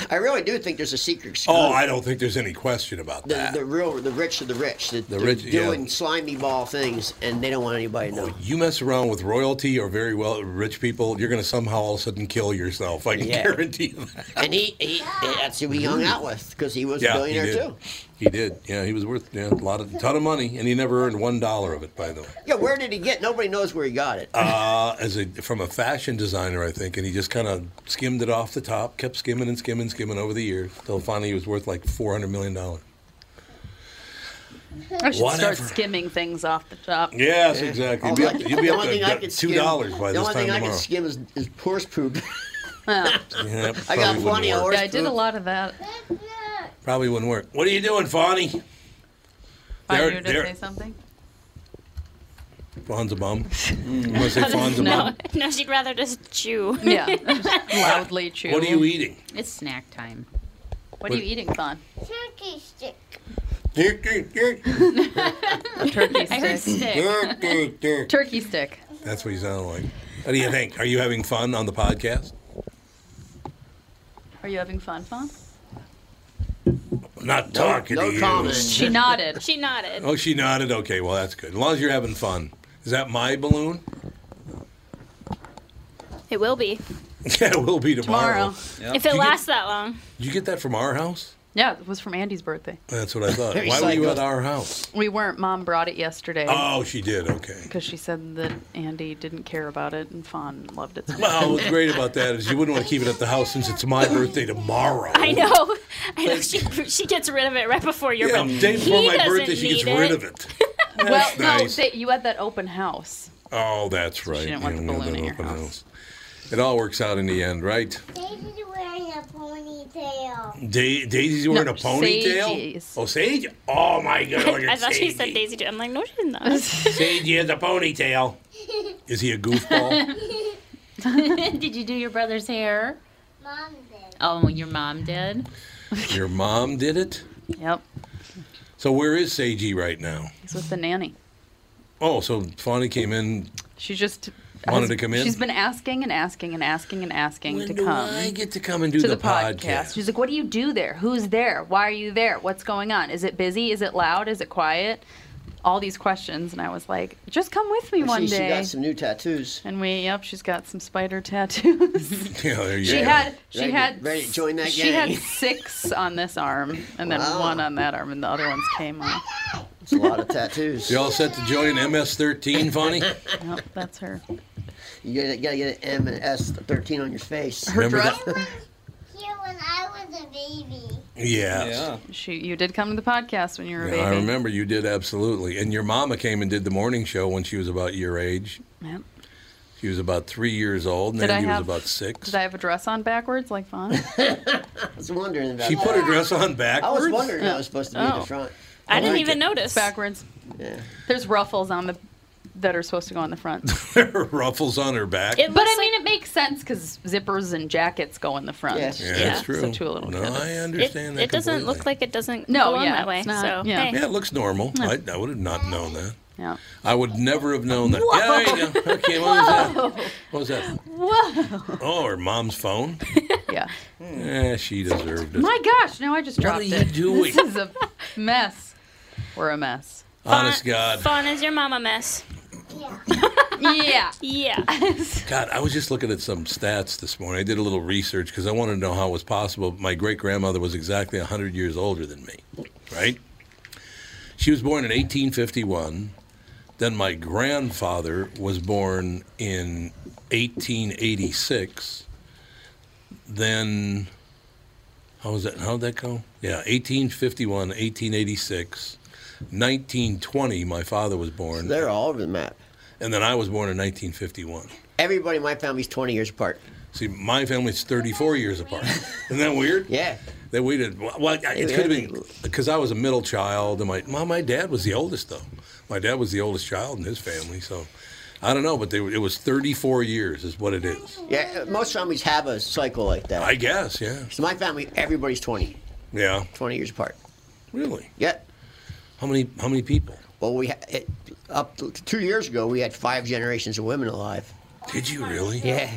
I really do think there's a secret. Oh, group. I don't think there's any question about The, that. the real, the rich of the rich, that The they're rich, yeah. doing slimy ball things, and they don't want anybody to know. you mess around with royalty or very well rich people, you're going to somehow all of a sudden kill yourself. I can Yeah. guarantee that. And he, he, that's who he hung out with because he was a he billionaire did. too. He did. Yeah, he was worth yeah, a lot of ton of money, and he never earned one dollar of it. By the way, Yeah, where did he get? Nobody knows where he got it. uh, as a from a fashion designer, I think, and he just kind of skimmed it off the top, kept skimming and skimming, skimming over the years, till finally he was worth like four hundred million dollars. I should start Whatever. skimming things off the top. Yes, exactly. You'll be up, you'll be the up only thing I to could two dollars by the this only time thing I tomorrow. can skim is, is horse poop. Well, Yeah, I probably got wouldn't plenty of work. horse yeah, I did a poop. lot of that. Probably wouldn't work. What are you doing, Fonny? There- Find her to there- say something. Fawn's a bum. You want to say Fawn's a no, bum? no, she'd rather just chew. Yeah, just loudly chew. What are you eating? It's snack time. What, What- are you eating, Thon? Turkey stick. Turkey I heard stick. Turkey stick. That's what you sound like. What do you think? Are you having fun on the podcast? Are you having fun, Thon? I'm not talking no to you. comment. She nodded. She nodded. Oh, she nodded. Okay, well that's good. As long as you're having fun. Is that my balloon? It will be. Yeah, it will be tomorrow. If Did it you lasts that long. Get, did you get that from our house? Yeah, it was from Andy's birthday. That's what I thought. Very Why were you psycho. at our house? We weren't. Mom brought it yesterday. Oh, she did. Okay. Because she said that Andy didn't care about it and Fawn loved it. so Well, much. what's great about that is you wouldn't want to keep it at the house since it's my birthday tomorrow. I know. I know. She, she gets rid of it right before your Yeah, birthday. day before He my doesn't birthday, she gets need rid of it. well, That's no, nice. they, you had that open house. Oh, that's right. didn't want Yeah, the we had balloon that in your open house. It all works out in the end, right? Daisy's wearing a ponytail. Da- Daisy's wearing No, a ponytail. Sage's. Oh, Sage! Oh my God! Look I at thought she Sage. said Daisy too. I'm like, no, she's not. Sage he has a ponytail. Is he a goofball? did you do your brother's hair? Mom did. Oh, your mom did. Your mom did it. Yep, So where is Sagey right now? he's with the nanny. Oh, so Fawny came in. She just Wanted to come in? She's been asking and asking and asking and asking When to do come. I get to come and do to the the, podcast. podcast? She's like, "What do you do there? Who's there? Why are you there? What's going on? Is it busy? Is it loud? Is it quiet?" All these questions, and I was like, "Just come with me You one see, she day." got some new tattoos. and we, yep, she's got some spider tattoos. Yeah, there you She go. had she Ready to- had ready to join that she had gang. six on this arm and then Wow. one on that arm and the other ones came off. It's a lot of tattoos. You all set to join MS13, Fawny? Yep, that's her. You gotta, gotta get an M and S 13 on your face. Her Remember dress- Here when I was a baby. Yes. She you did come to the podcast when you were a Yeah, baby. I remember you did absolutely, and your mama came and did the morning show when she was about your age. Yep. She was about three years old, and Did then I you have- was about six. Did I have a dress on backwards like Fawn? I was wondering about She that. put her dress on I backwards. was wondering that was supposed to be in Oh. the front. I didn't even notice. Backwards. Yeah. There's ruffles on the that are supposed to go on the front. her ruffles on her back. but I mean, it makes sense because zippers and jackets go in the front. Yes. Yeah, that's true. So to a little No, kid, I it's- understand it doesn't look like it doesn't No, go on yeah, that way. it's not. so Yeah. hey. Yeah, it looks normal. No. I, I would have not known that. Yeah. I would never have known that. Yeah, there you go. Okay, what was that? What was that? Oh, Whoa! Oh, her mom's phone? Yeah. Yeah, she deserved it. My gosh! No, I just What dropped are you it. doing? This is a mess. We're a mess. Honest God. Fawn is your mama mess. yeah. Yeah. God, I was just looking at some stats this morning. I did a little research because I wanted to know how it was possible. My great grandmother was exactly 100 years older than me, right? She was born in 1851, Then my grandfather was born in 1886. Then, how was that? How'd that go? Yeah, 1851, 1886, 1920. My father was born. they're all over the map. And then I was born in 1951. Everybody in my family's 20 years apart. See, my family's 34 years apart. Isn't that weird? Yeah. That we did. Well, it Yeah, could have been because I was a middle child, and my my, my dad was the oldest though. My dad was the oldest child in his family, so I don't know, but they, were- it was 34 years is what it is. Yeah, most families have a cycle like that. I guess, yeah. So my family, everybody's 20. Yeah. 20 years apart. Really? Yeah. How many How many people? Well, we ha- it, up to two years ago, we had five generations of women alive. Did you really? Yeah.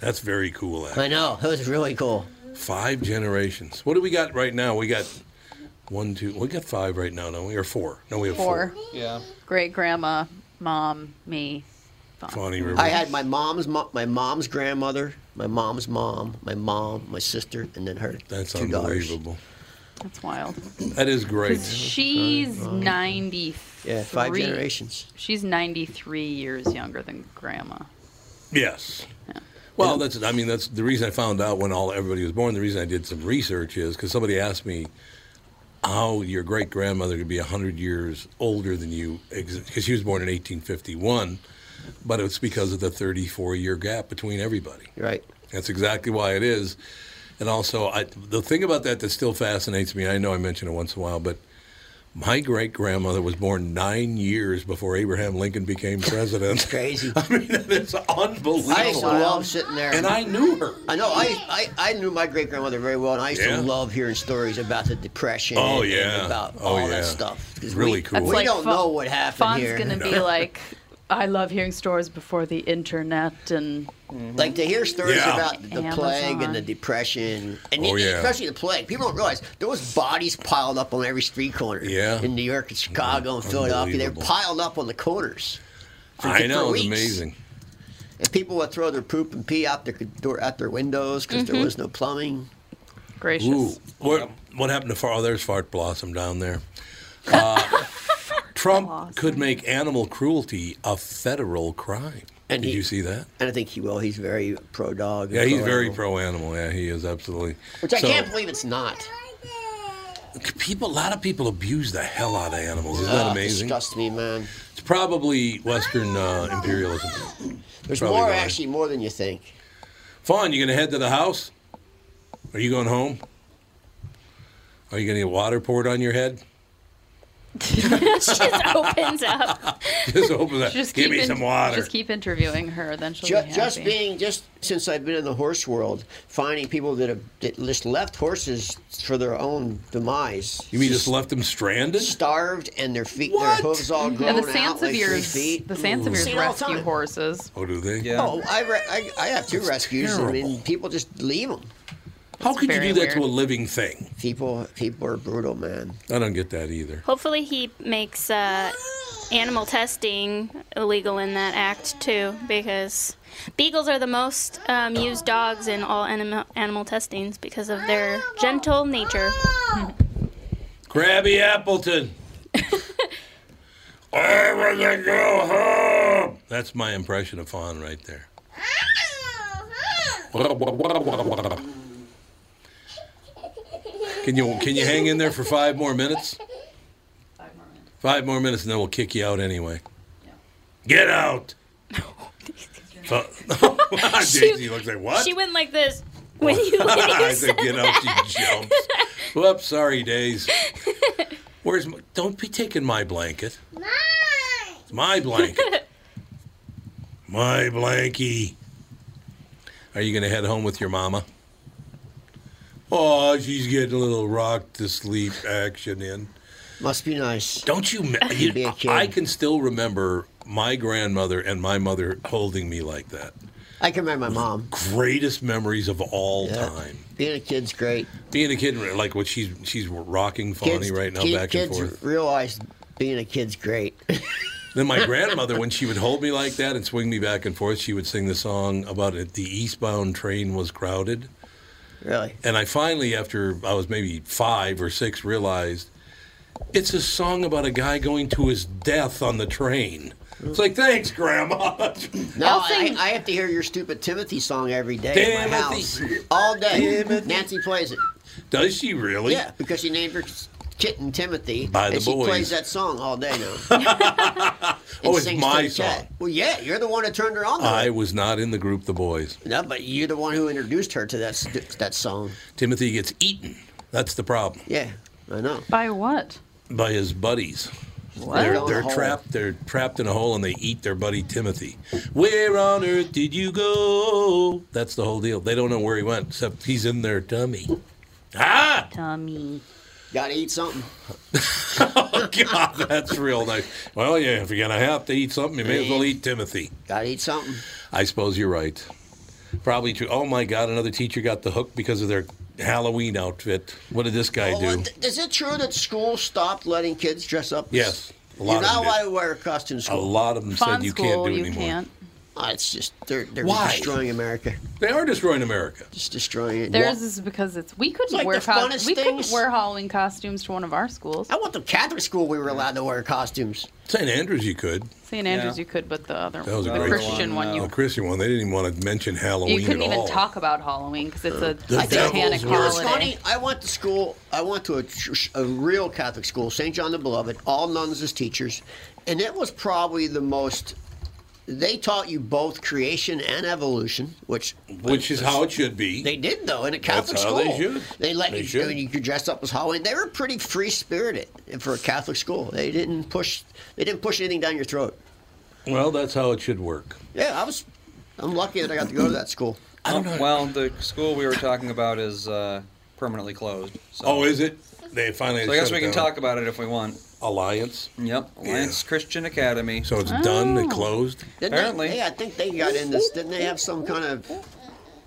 That's very cool. Actually. I know. That was really cool. Five generations. What do we got right now? We got one, two. We got five right now, don't we? Or four? No, we have four. Four. Yeah. Great grandma, mom, me. Funny. River. I had my mom's mo- my mom's grandmother, my mom's mom, my mom, my sister, and then her That's two daughters. unbelievable. That's wild. That is great. 'Cause She's Oh, 93. Yeah, five generations. She's 93 years younger than grandma. Yes. Well, that's. I mean, that's the reason I found out when all everybody was born. The reason I did some research is because somebody asked me how your great grandmother could be hundred years older than you because she was born in 1851, but it's because of the 34 year gap between everybody. Right. That's exactly why it is. And also, I, the thing about that that still fascinates me. I know I mention it once in a while, but my great grandmother was born nine years before Abraham Lincoln became president. Crazy. I mean, that is unbelievable. I used to love sitting there, And I knew her. I know. I I, I knew my great grandmother very well, and I used Yeah. to love hearing stories about the depression. Oh, and yeah. about Oh, all yeah. that stuff. 'Cause Really we, cool. We That's like don't Fa- know what happened Fawn's here. gonna be like, I love hearing stories before the internet and Like to hear stories Yeah. about the plague and the depression, and e-, Oh, yeah. especially the plague. People don't realize there was bodies piled up on every street corner. Yeah. in New York and Chicago and Philadelphia, they're Unbelievable. piled up on the corners. For, I know. for It's weeks. amazing. And people would throw their poop and pee out their door, out their windows because there Mm-hmm. Mhm. was no plumbing. Gracious. Ooh, what, what happened to Far? Oh, there's Fart Blossom down there. Uh, Trump could make animal cruelty a federal crime. And Did he- you see that? And I think he will. He's very pro dog. Yeah, he's very pro animal. Yeah, he is absolutely. Which I So, can't believe it's not. People, a lot of people abuse the hell out of animals. Isn't that Ugh, amazing? Disgusts me, man. It's probably Western uh, imperialism. There's Probably more why. actually, more than you think. Fawn, you gonna head to the house? Are you going home? Are you gonna get water poured on your head? she just opens up. Just open that. Just Give keep me in- some water. Just keep interviewing her, then she'll Ju- be happy. just being just since I've been in the horse world, finding people that have that just left horses for their own demise. You mean just left them stranded? Starved and their feet, What? their hooves all And grown the out like three Sanseviers- feet. the Sanseviers See it all the rescue time. horses. Oh, do they? Oh, I, re- I, I have two That's rescues. I mean, terrible. people just leave them. How could you do that to a living thing? People, people are brutal, man. I don't get that either. Hopefully, he makes uh, animal testing illegal in that act too, because beagles are the most um, used dogs in all animal animal testings because of their gentle nature. Krabby Appleton. I want to go home. That's my impression of Fawn right there. Can you can you hang in there for five more minutes? Five more minutes, and then we'll kick you out anyway. Get out! No. Daisy looks like what? She went like this when you. when you I said said, get out, that. she jumps. Whoops, sorry, Days. Where's my, don't be taking my blanket. It's my blanket. my blankie. Are you going to head home with your mama? Oh, she's getting a little rock to sleep action in. Must be nice. Don't you? me- you- Be a kid. I can still remember my grandmother and my mother holding me like that. I can remember my mom. Greatest memories of all time. Being a kid's great. Being a kid, like what she's she's rocking Fawny Kids, right now, kid- back and kids forth. realize being a kid's great. Then my grandmother, when she would hold me like that and swing me back and forth, she would sing the song about it. The eastbound train was crowded. Really? And I finally, after I was maybe five or six, realized It's a song about a guy going to his death on the train. It's like, thanks, Grandma. No, Oh, I, I have to hear your stupid Timothy song every day in my house. Timothy. All day. Nancy plays it. Does she really? Yeah, because she named her kitten Timothy. By the and she boys. plays that song all day now. And oh, it's sings my to the cat. song. Uh, Well, yeah, you're the one that turned her on. To I it. was not in the group, the boys. No, but you're the one who introduced her to that st- that song. Timothy gets eaten. That's the problem. Yeah, I know. By what? By his buddies. What? They're, They're they're in a hole. trapped. They're trapped in a hole, and they eat their buddy Timothy. Where on earth did you go? That's the whole deal. They don't know where he went, except he's in their tummy. Ah! Tommy. Gotta eat something. Oh God, that's real nice. Well, yeah, if you're gonna have to eat something, you may as well eat Timothy. Gotta eat something. I suppose you're right. Probably true. Oh my God, another teacher got the hook because of their Halloween outfit. What did this Oh, guy do? Is it true that school stopped letting kids dress up? Yes, a lot You're of not them did. allowed to wear a costume in school. A lot of them said you can't do it anymore. Ah, it's just they're they're Why? destroying America. They are destroying America. Just destroying it. Theirs is because it's we couldn't like wear the cos- funnest we couldn't things. wear Halloween costumes to one of our schools. I want the Catholic school. We were allowed to wear costumes. St. Andrews, you could. St. Andrews, you could, but the other That was a the great Christian one, uh, you The Christian one. They didn't even want to mention Halloween you couldn't at even all. talk about Halloween because it's a The satanic devil's work. holiday. Funny, I went to school. I went to a, church- a real Catholic school, St. John the Beloved, all nuns as teachers, and it was probably the most. They taught you both creation and evolution, which Which is how it should be. They did though in a Catholic That's how school. they should. They let They you should. I mean, you could dress up as Halloween. They were pretty free spirited for a Catholic school. They didn't push. They didn't push anything down your throat. Well, that's how it should work. Yeah, I was. I'm lucky that I got to go to that school. Um, Well, the school we were talking about is uh, permanently closed. So. Oh, is it? They finally. So I guess shut we it can down. talk about it if we want. Alliance. Yep, Alliance Christian Academy. So it's done. They closed. Oh. Didn't Oh. Apparently. They, yeah, I think they got in this. Didn't they have some kind of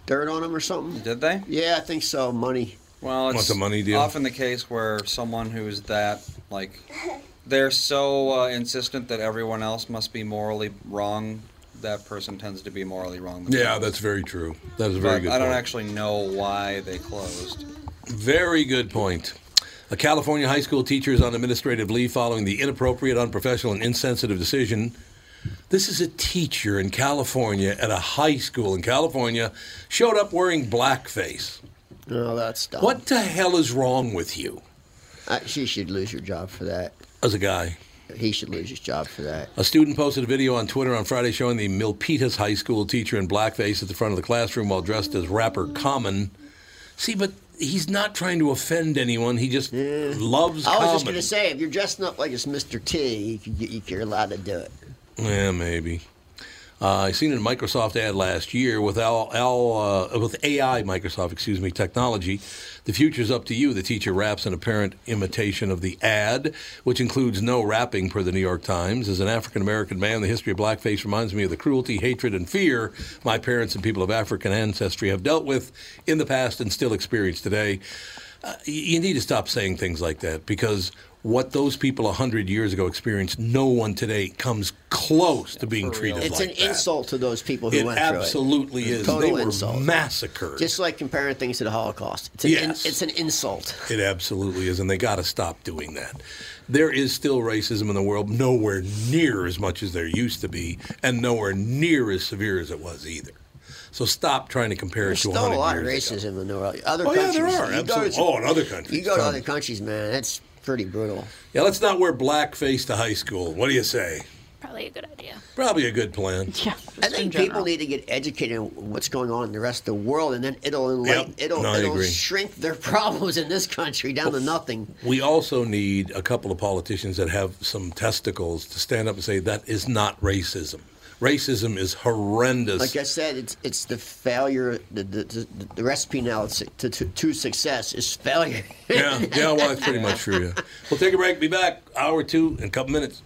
dirt on them or something? Did they? Yeah, I think so. Money. Well, it's What's a money deal? often the case where someone who's that like they're so uh, insistent that everyone else must be morally wrong. That person tends to be morally wrong. Yeah, that's very true. That is a very But good. I don't point. actually know why they closed. Very good point. A California high school teacher is on administrative leave following the inappropriate, unprofessional, and insensitive decision. This is a teacher in California at a high school in California showed up wearing blackface. Oh, that's dumb. What the hell is wrong with you? Uh, she should lose your job for that. As a guy. He should lose his job for that. A student posted a video on Twitter on Friday showing the Milpitas High School teacher in blackface at the front of the classroom while dressed as rapper Common. See, but he's not trying to offend anyone. He just loves I was Common. just gonna say, if you're dressing up like it's Mr. T, you can get, you- you're allowed to do it. Yeah, maybe. Uh, I seen a Microsoft ad last year with Al, Al uh, with AI, Microsoft, excuse me, technology. The future's up to you. The teacher raps an apparent imitation of the ad, which includes no rapping, per the New York Times. As an African American man, the history of blackface reminds me of the cruelty, hatred, and fear my parents and people of African ancestry have dealt with in the past and still experience today uh, y- you need to stop saying things like that because what those people 100 years ago experienced, no one today comes close to being treated It's like an that. insult to those people who It went absolutely through it. is. Total They were insult. massacred. Just like comparing things to the Holocaust. It's an, in- Yes. it's an insult. It absolutely is, and they got to stop doing that. There is still racism in the world, nowhere near as much as there used to be, and nowhere near as severe as it was either. So stop trying to compare There's it to still a 100 lot of years ago. racism in the world. Other Oh, yeah, countries. there are, You go absolutely. to- Oh, in other countries, You go to tons. other countries, man. That's pretty brutal. Yeah, let's not wear blackface to high school. What do you say? Probably a good idea. Probably a good plan. Yeah. I think people need to get educated on what's going on in the rest of the world, and then it'll enlighten, Yep. it'll, No, I it'll agree. shrink their problems in this country down to nothing. We also need a couple of politicians that have some testicles to stand up and say that is not racism. Racism is horrendous. Like I said, it's it's the failure. The the, the, the recipe now to, to to success is failure. yeah, yeah, well, that's pretty much true. Yeah. We'll take a break. Be back hour two in a couple minutes.